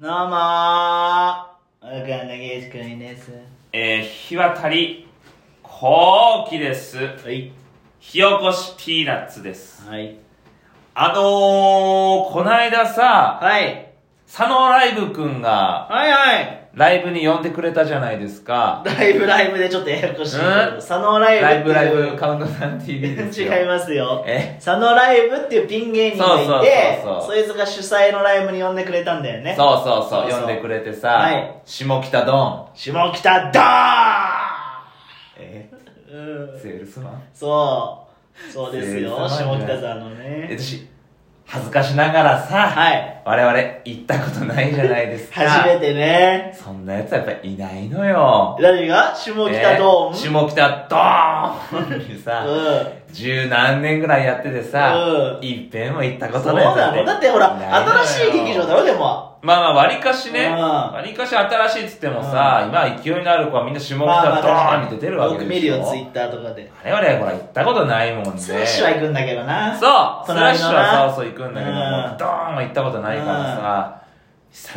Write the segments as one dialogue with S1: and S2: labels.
S1: どうもーわかんなげしくんです。
S2: えー、日渡り、後期です。
S1: はい。
S2: 火起こしピーナッツです。
S1: はい。
S2: あのー、こないださ、
S1: はい。
S2: 佐野ライブくんが、
S1: はいはい。
S2: ライブに呼んでくれたじゃないですか。
S1: ライブライブでちょっとややこしいけど。
S2: うん
S1: 佐野ライブ。
S2: ライブライブ。カウントダウン TV です よ。
S1: 違いますよ。
S2: え
S1: 佐野ライブっていうピン芸人がいて、
S2: そうそうそうそう
S1: そいつが主催のライブに呼んでくれたんだよね。
S2: そうそうそ
S1: そ
S2: う
S1: うそう
S2: 呼んでくれてさ、
S1: はい
S2: 下北ドン。
S1: 下北だ
S2: え
S1: ーうん。
S2: セールスマン
S1: そう。そうですよ。
S2: すご
S1: 下
S2: いね
S1: 北沢の
S2: え
S1: ね。
S2: 私、恥ずかしながらさ、
S1: はい。
S2: 我々行ったことないじゃないですか。
S1: 初めてね。
S2: そんなやつはやっぱいないのよ。
S1: 何が下北ドーム、
S2: えー下北ドーンにさ、十何年ぐらいやっててさ
S1: う、ん
S2: いっぺんも行った
S1: う
S2: こ
S1: ん。そ
S2: と
S1: う
S2: ない
S1: なのだってほら、新しい劇場だ
S2: ろ
S1: ろ、でも。
S2: まあまあ、割かしね、
S1: うん
S2: 割かし新しいっつってもさ、今勢いのある子はみんな下北ドーンって出るわけでしょ。
S1: よく見るよ、ツイッターとかで。
S2: 我々はほら行ったことないもんね。
S1: スラッシュは行くんだけどな。
S2: そうスラッ
S1: 隣
S2: シ
S1: のな
S2: ュはそうそう行くんだけども、
S1: うん
S2: ドーンは行ったことないからさ、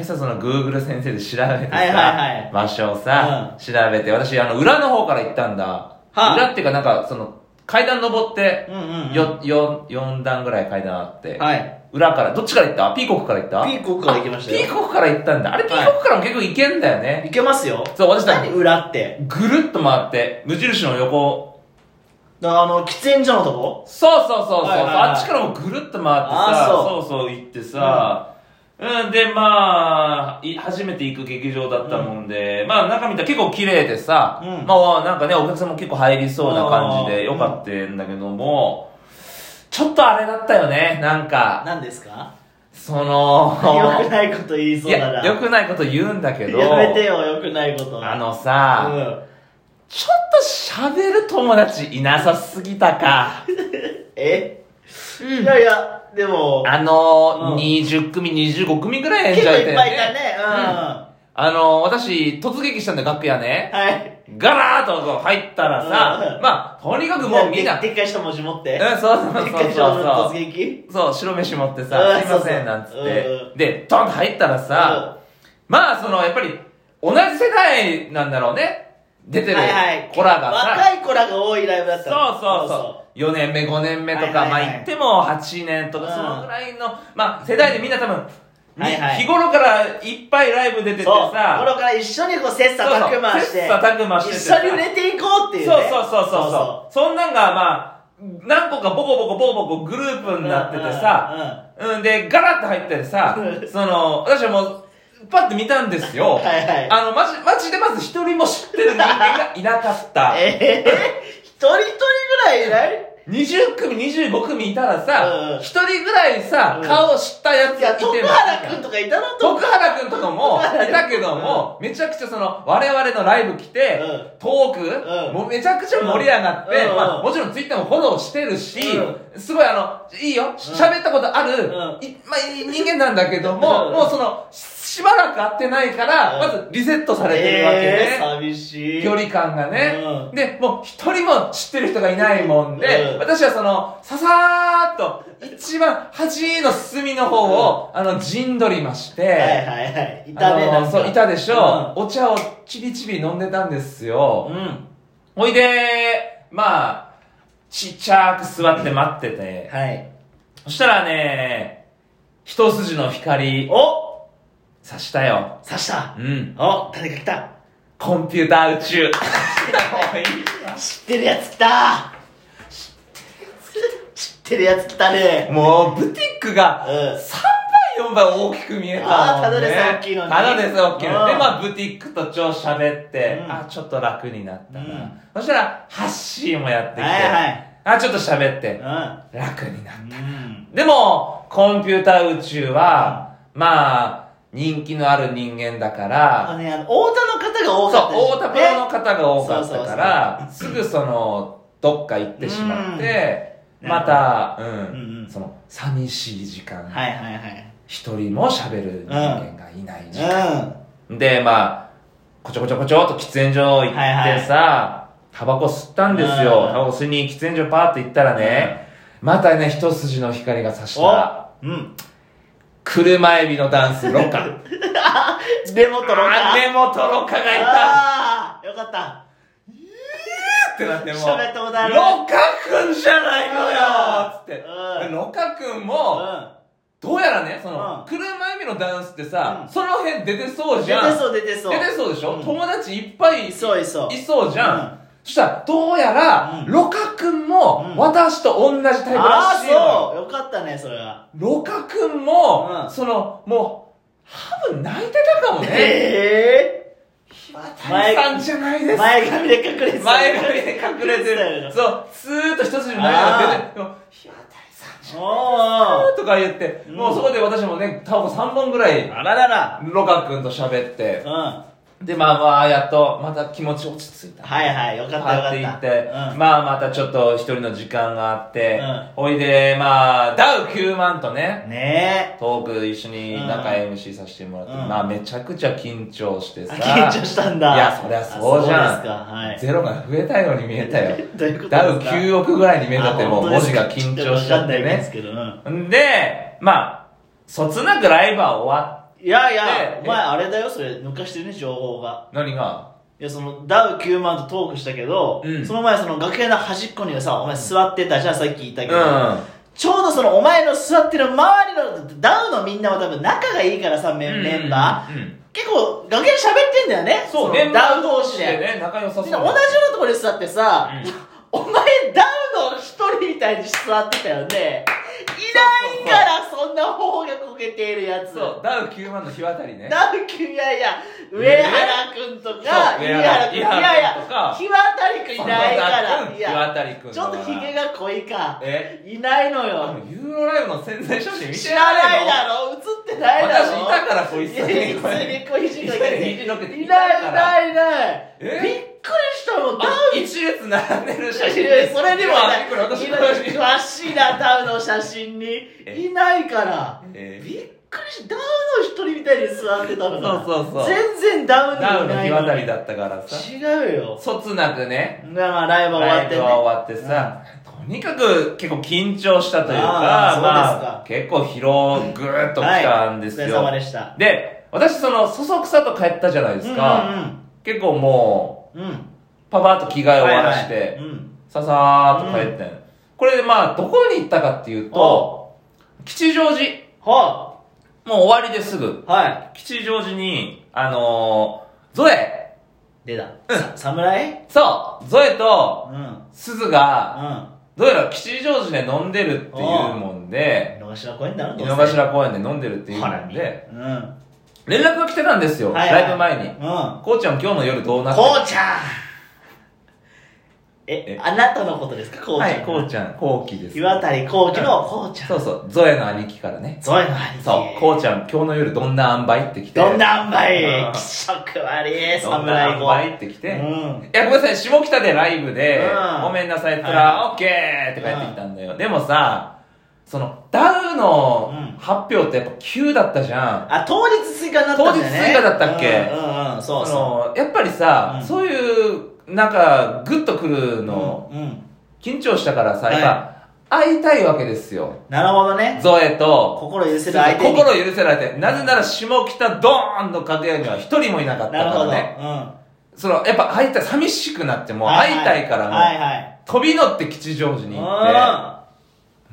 S2: 久々その Google 先生で調べてさ、
S1: はいはいはい
S2: 場所をさ、調べて、私あの裏の方から行ったんだ。
S1: あ
S2: 裏っていうかなんかその階段登って、
S1: うんうんうん。
S2: よ、よ、4段ぐらい階段あって、
S1: はい。
S2: 裏から、どっちから行ったピーコックから行った
S1: ピーコックから行きましたよ
S2: あピーコックから行ったんだ。あれピーコックからも結構行けんだよね。
S1: 行けますよ。
S2: そう、私た
S1: 何裏って。
S2: ぐるっと回って、無印の横
S1: だからあの、喫煙所のとこ
S2: そうそうそうそう、
S1: はいはいはい
S2: あっちからもぐるっと回ってさ
S1: あー
S2: そうそう行ってさ、うんでまあい初めて行く劇場だったもんで、まあ中見たら結構綺麗でさ、
S1: うん
S2: まあなんかねお客さんも結構入りそうな感じ
S1: あー
S2: でよかったんだけども、ちょっとあれだったよねなんか
S1: 何ですか
S2: その
S1: 良 くないこと言いそうだな。
S2: いやよくないこと言うんだけど
S1: やめてよ、良くないこと。
S2: あ、のさ、
S1: うん。
S2: ちょっと喋る友達いなさすぎたか、
S1: え
S2: うん
S1: いやいや、でも、
S2: あのー
S1: うん
S2: 20組、25組ぐらい演
S1: 結
S2: 者
S1: 構
S2: いた
S1: いっ
S2: よ
S1: ぱいいた
S2: ね。
S1: ね。
S2: あのー私、突撃したんだよ、楽屋
S1: うん。
S2: ね。
S1: はい。
S2: ガラーっとこう入ったら
S1: う
S2: さ
S1: ん、
S2: まあ、とにかくもうみんな、うん、
S1: ででっかい人文字持って。
S2: そうそう
S1: でっ
S2: そう
S1: か
S2: そ
S1: いう人の
S2: そ
S1: 突
S2: う。
S1: 撃
S2: そう、白飯持って
S1: う
S2: さ、
S1: ん
S2: すいませ、
S1: そうそうん
S2: なんつっ
S1: うんう
S2: て。で、ドンと入ったらさ、まあ、その、やっぱり、同じ世代なんだろうね。出てる
S1: はいはい
S2: 子らがさ。
S1: 若い子らが多いライブだっ
S2: そ
S1: た
S2: うそうそう。4年目、5年目とか、
S1: はいはいはい
S2: まあ言っても8年と
S1: うん
S2: か、そのぐらいの、まあ世代でみんな多分、に
S1: はいはい
S2: 日頃からいっぱいライブ出てて
S1: そうそう
S2: さ、
S1: 頃から一緒にこう切磋琢磨して
S2: そうそう切磋琢磨してて
S1: 一緒に売れていこうっていうね
S2: そうそうそうそうそう。そんなんがまあ、何個かボコボコボコボコグループ
S1: そう
S2: になっててさ、うんで、ガラッと入ってさ
S1: うん、
S2: その、私はもう、パッて見たんですよ。
S1: はいはい
S2: あの、マジ、マジでまず一人も知ってる人間がいなかった。
S1: ええ一人一人ぐらいいない
S2: 20組、25組いたら
S1: うんうん
S2: さ、一人ぐらいさ
S1: う、ん
S2: 顔知ったやつ
S1: いや
S2: がいても
S1: 徳原君とかいたの
S2: 徳原くんとかもいたけども、めちゃくちゃその、我々のライブ来て、ト
S1: う
S2: ー
S1: ん
S2: ク、もうめちゃくちゃ盛り上がって、
S1: うん
S2: まあ、もちろんツイッターもフォローしてるし、
S1: う
S2: すごいあの、いいよ、喋ったことある、
S1: ん
S2: いまあ、いい人間なんだけど
S1: う
S2: も、
S1: ん
S2: もうその、ししばらく会ってないから、
S1: うん
S2: まずリセットされてるわけ
S1: ええ
S2: ね。
S1: 寂しい
S2: 距離感がね、
S1: う
S2: でもう一人も知ってる人がいないもんで、
S1: うん
S2: 私はそのささーっと一番端の隅の方を、あの陣取りまして、
S1: はいはいはいい
S2: あ
S1: た
S2: の
S1: ねなんか
S2: そういたでしょ、お茶をちびちび飲んでたんです
S1: う
S2: よ、
S1: ん
S2: ほいでまあちっちゃく座って待ってて、
S1: はい
S2: そしたらね一筋の光
S1: お
S2: さしたよ
S1: 刺した
S2: うん
S1: お誰か来た
S2: コンピューター 宇宙もういい
S1: 知ってるやつ来た知ってるやつ来たね
S2: もうブティックが
S1: うん
S2: 3倍4倍大きく見えたもんね
S1: あーただでさ大きいのに
S2: ただでさ大きいのに
S1: う
S2: で
S1: ん
S2: まあブティックと超喋って、
S1: うん
S2: あちょっと楽になったな、
S1: うん
S2: そしたらハッシーもやってきて、
S1: はいはい
S2: あちょっと喋っ
S1: う
S2: て
S1: ん
S2: 楽になっ
S1: うん
S2: たでもコンピューター宇宙は、まあ人気のある人間だか
S1: あ
S2: ら
S1: のね、あの、太田の方が多
S2: そう
S1: かった
S2: 大田プロの
S1: ね
S2: 方が多かったからすぐそのどっか行ってしまって、
S1: うん
S2: また、うん
S1: うんうん
S2: その寂しい時間、
S1: はいはいはい。
S2: 一人も喋る人間がいない時間、
S1: う
S2: でまあこちょこちょこちょっと喫煙所行ってさ、
S1: はい
S2: タバコ吸ったんですよ、
S1: うん
S2: タバコ吸いに喫煙所パーって行ったらね、またね一筋の光が差した
S1: ん。うん。
S2: 車エビのダンスロカ
S1: でもとろか
S2: あでもトロッカがいた
S1: あーよかった
S2: ってなってもう
S1: 喋ったことある
S2: ロカ君じゃないのよつって
S1: うん
S2: ロカ君
S1: う
S2: も
S1: ん
S2: どうやらねその
S1: うん
S2: 車海のダンスってさ
S1: うん
S2: その辺出てそうじ
S1: 出
S2: ゃ
S1: て
S2: ん
S1: そう出てそう
S2: 出てそうでしょ
S1: うん
S2: 友達いっぱい
S1: いそういそう
S2: いそうじゃん、
S1: う
S2: そしたらどうやら、
S1: うん
S2: ロカ君も
S1: うん
S2: 私と同じタイプら
S1: あ
S2: しいの
S1: あ
S2: よ、
S1: そうよかったねそれは
S2: ロカ君も、
S1: うん
S2: そのもう多分泣いてたかもね
S1: え
S2: 大さんじゃないで
S1: え
S2: す
S1: 前髪で隠れてた
S2: 前髪で隠れてるそうスーッと一筋の涙が出てでも日渡さんじ
S1: お
S2: ゃ
S1: お
S2: んとか言って、
S1: うん
S2: もうそこで私もねタオコ3本ぐらい
S1: あららら
S2: ロカ君と喋って
S1: うんは
S2: でまあまあやっとまた気持ち落ち着いた
S1: いはいよかったよ
S2: 買ってい
S1: か
S2: っ、
S1: ってたうん
S2: まあまたちょっと一人の時間があって、
S1: うん
S2: ほいでまあダウ9万とね
S1: ね
S2: トーク一緒に仲 MC させてもらって、
S1: うん
S2: まあめちゃくちゃ緊張して
S1: え
S2: さ
S1: あ緊張したんだ
S2: いやそりゃそうじゃん
S1: あそうですかはい
S2: ゼロが増えたように見えたよ
S1: どういうことですか
S2: ダウ9億ぐらいに見えたってもう文字が緊張しちゃ
S1: わか
S2: って
S1: んないです
S2: ね
S1: けど、うん
S2: でまあそつなくライブは終わっ
S1: いやい
S2: で
S1: や、お前
S2: え
S1: あれだよ、それ、抜かしてるね、情報が。
S2: 何が
S1: いや、その、ダウ9万とトークしたけど、
S2: うん
S1: その前、その、楽屋の端っこにさ、お前座ってたじゃん、さっき言ったけ
S2: うん
S1: ど、ちょうどその、お前の座ってる周りの、ダウのみんなは多分仲がいいからさ、メンメンバー。
S2: ー、うんうん
S1: 結構、楽屋で喋ってんだよね。
S2: そう
S1: の
S2: メンバ
S1: ダ
S2: ー
S1: ウ同
S2: 同
S1: 士
S2: 士で
S1: で。
S2: ね仲良さそう
S1: で同じようなところに座ってさ、
S2: うん
S1: お前ダウの一人みたいに座ってたよね。いないから、そんな頬がこけているやつ。
S2: そう、ダウ9万の日渡りね。
S1: ダウキいやいや、上原くんとか、
S2: そう
S1: 井
S2: 上
S1: 原
S2: 原
S1: くん、いやいや
S2: 井原くんとか、
S1: 日渡くんいないから、い
S2: 日
S1: や、
S2: 渡りくん。
S1: ちょっとヒゲが濃いか、
S2: え
S1: いないの
S2: あ
S1: よ。
S2: のユーロライブの宣伝写真見て
S1: 知らない
S2: の
S1: だろ、映ってないだろ。
S2: 私いたからこいつ
S1: いやいや普通にこいつがいて
S2: いやいやい
S1: い
S2: や
S1: ない、いない、いない。びっ
S2: え
S1: くりしたもん、ダウ
S2: あ一列並んでる
S1: の写
S2: 写
S1: 真
S2: 真
S1: で、それでも
S2: い
S1: い
S2: や
S1: な
S2: これ私の
S1: い、
S2: 写真。
S1: 詳しいな、ダウの写真に。
S2: え
S1: いないから。
S2: えー
S1: びっくりしたダウの一人みたいに座ってたのが
S2: そうそうそう
S1: 全然ダウン
S2: ダウ
S1: でも
S2: の
S1: ない
S2: 日
S1: の
S2: 渡り
S1: に
S2: だったからさ。
S1: 違うよ
S2: そつなくね、
S1: だからライブは終わ
S2: ラ
S1: っ
S2: イ
S1: て
S2: ブ
S1: ね
S2: は終わってさ、とにかく結構緊張したという
S1: あ
S2: か、
S1: ーそうですか
S2: まあ、結構疲労ぐーっときたんです
S1: はい、お疲れ様
S2: よ。
S1: でした
S2: で、私その、そそくさと帰ったじゃないですか。結構もう、
S1: うんうんうん、うん、
S2: パパッと着替えを終わらして、
S1: はいはいうん
S2: ささーっと帰ってん、これでまあどこに行ったかっていうと吉祥寺
S1: は
S2: もう終わりですぐ
S1: いはい
S2: 吉祥寺にあのー、ゾエ
S1: 出た、さ侍
S2: そうゾエ
S1: う
S2: と
S1: んうん
S2: 鈴がどうやら吉祥寺で飲んでるっていうもんで
S1: 井の頭公園だろ
S2: 井
S1: ど
S2: の
S1: うせ
S2: 頭公園で飲んでるっていうも
S1: ほら
S2: ん
S1: 見
S2: で
S1: うんは
S2: 連絡が来てたんですよ、
S1: いはい
S2: ライブ前に
S1: うんこ
S2: こうちゃん今日の夜どうなってる
S1: うちゃんえ
S2: え
S1: あなたのことですかこうちゃん
S2: はいこうちゃんこうきです
S1: 岩谷幸喜のこうちゃん
S2: そうそうゾエの兄貴からね
S1: そういうのあり
S2: そう、こうちゃん、今日の夜どんな塩梅って来て。
S1: どんな塩
S2: うん
S1: 梅気色悪い
S2: どんな
S1: 侍
S2: 塩
S1: 語
S2: 梅って来て。
S1: う
S2: い
S1: ん
S2: や、ごめんなさい、下北でライブで
S1: う、ん
S2: ごめんなさいって言った
S1: は
S2: ら、オッケーって帰ってきたんだよ。でもさ、その、ダウの
S1: うん
S2: 発表ってやっぱ急だったじゃん。
S1: あ当日追加になったんだよね
S2: 当日追加だったっけ
S1: うんうんうんそうそ
S2: その、やっぱりさ
S1: う、ん
S2: そういう、なんか、グッとくる
S1: う
S2: の、
S1: うんうん
S2: 緊張したからさ、
S1: はい
S2: やっぱ、会いたいわけですよ。
S1: なるほどね
S2: ゾエと、
S1: 心許せる相手に
S2: 心許せられて、なぜなら下北ドーンの楽屋には一人もいなかったか
S1: なるほ
S2: ら
S1: ど
S2: ね。その、やっぱ会いたい、寂しくなって、
S1: う
S2: も
S1: ん
S2: う会いたいからもう、
S1: はいはい
S2: 飛び乗って吉祥寺に行っ
S1: あ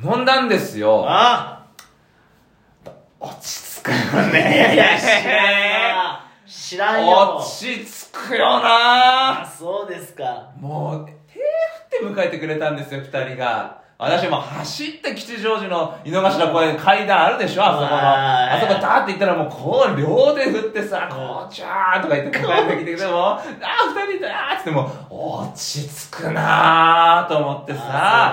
S2: て、飲んだんですよ。
S1: あ
S2: 落ち着く
S1: い
S2: よ
S1: やいや知らん
S2: ね。
S1: な知らんよ
S2: 落ち着くよな
S1: あそうですか
S2: もう、手振って迎えてくれたんですよ、二人が。私もう走って吉祥寺の井の頭公園階段あるでしょ、あそこの。
S1: はい
S2: あそこダーって行ったらもうこう両手振ってさ、こうちゃーとか言って迎えてきてくれても、あー、二人いたーっつってもう、落ち着くなーと思ってさ。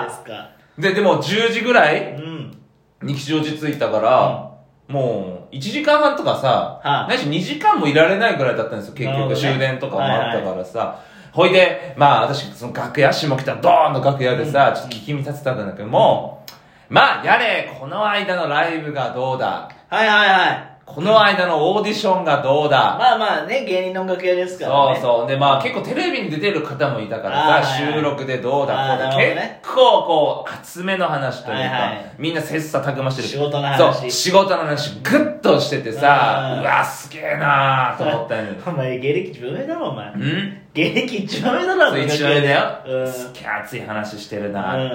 S1: あそうですか
S2: で、でも10時ぐらい
S1: うん
S2: に吉祥寺着いたから、もう1時間半とかさ、
S1: はあ
S2: ないし2時間もいられないぐらいだったんですよ、結
S1: なるほ
S2: 局、
S1: どね
S2: 終電とかもあったからさ。ほいで、まあ私、その楽屋、下北ドーンの楽屋でさ、
S1: うん
S2: ちょっと聞き見立てたんだけども、まあやれ、この間のライブがどうだ、
S1: はいはいはい
S2: この間のオーディションがどうだ、
S1: まあまあね、芸人の音楽屋ですからね。
S2: そうそう。で、まあ結構テレビに出てる方もいたから
S1: あー
S2: さ、
S1: はいはい
S2: 収録でどうだ
S1: あー
S2: こ
S1: な
S2: うだ
S1: るほどね
S2: 結構こう、厚めの話というか、
S1: はいはい
S2: みんな切磋琢磨してる。
S1: 仕事の話
S2: そう、仕事の話、グッとしててさ
S1: う、ん
S2: うわ、すげえなーと思っ たよね。
S1: お前、芸歴1番目だろ、お前。
S2: ん
S1: 芸歴1番目だろ、
S2: そう、
S1: 音楽
S2: 一
S1: 屋
S2: 応
S1: で
S2: だよ。
S1: うん
S2: すっげえ熱い話してる
S1: うん。
S2: な、あれ、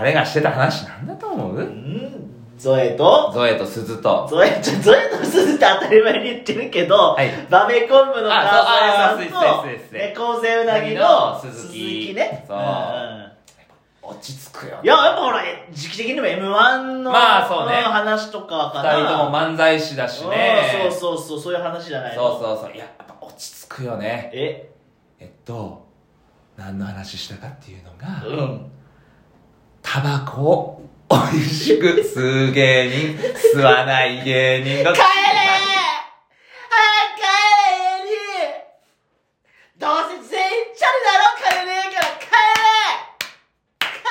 S2: 俺がしてた話なんだと思
S1: う、
S2: うん
S1: ゾエと、
S2: ゾエと鈴と。
S1: ゾエ、ちょ、ゾエと鈴って当たり前に言ってるけど、
S2: はい
S1: バベコンブの
S2: あ
S1: 川
S2: そう
S1: 添
S2: あ
S1: さん
S2: ーそうです
S1: と、
S2: そうですそうです
S1: 猫背うなぎの
S2: 鈴木
S1: ね。
S2: そうん
S1: ん
S2: 落ち着くよ。
S1: いや、やっぱほら、時期的にも M1 の、
S2: まあそうね
S1: 話とかかな。
S2: 二人とも漫才師だしね。
S1: うんそうそうそう、そういう話じゃないの。
S2: そうそうそう。いや、やっぱ落ち着くよね。
S1: え
S2: えっと何の話したかっていうのが、
S1: うん。
S2: タバコを美味しく吸う芸人吸わない芸人
S1: 帰れー早
S2: が
S1: く帰れエリーどうせ全員チャリだろ金ねえから帰れ
S2: こうちゃんは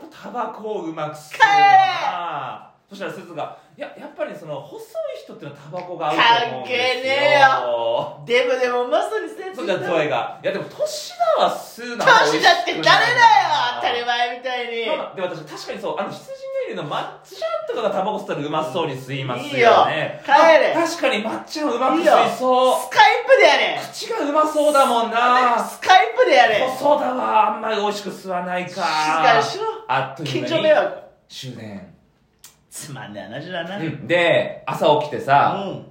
S2: やっぱタバコをうまく吸うよなそしたらすずが「いややっぱりその細い人ってのはタバコが合うと思うんで
S1: 関
S2: すよ」
S1: 係ねえ
S2: よ
S1: 帰れ早くでもでもまさに先
S2: そしたらゾエが「いやでも年だは吸うのは
S1: 年だって誰だよ当たり前みたいに
S2: まあで私確かにそうあの羊ネイルの抹茶とかがタバコ吸ったらうまそうに吸いますよね
S1: いいよ帰れ
S2: あ確かに抹茶はうまく
S1: いいよ
S2: 吸い
S1: ス
S2: そ
S1: カイプでやれ
S2: う口がうまそうだもんな
S1: スカイプでやれ
S2: そうだわあんまり美味しく吸わない
S1: 静
S2: か
S1: かにしろ
S2: あっという
S1: 近
S2: 間
S1: 所
S2: に
S1: 迷惑
S2: 終電
S1: つまんねえ話だな
S2: う
S1: うん
S2: んで朝起きてさ、
S1: うん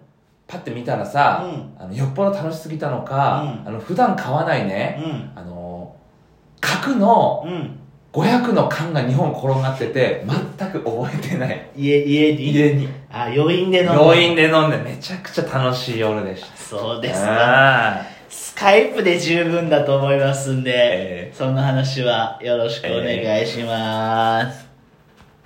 S2: パッて見たらさ、
S1: うん
S2: あのよっぽど楽しすぎたのか、
S1: うん
S2: あの普段買わないね、
S1: うん
S2: あの角の500の缶が2本転がってて全く覚えてない
S1: 家家に
S2: 家に
S1: あ余韻で飲む
S2: 病院で飲んでめちゃくちゃ楽しい夜でした。
S1: そうですか
S2: あ
S1: スカイプで十分だと思いますんで、
S2: え
S1: その話はよろしくお願いします、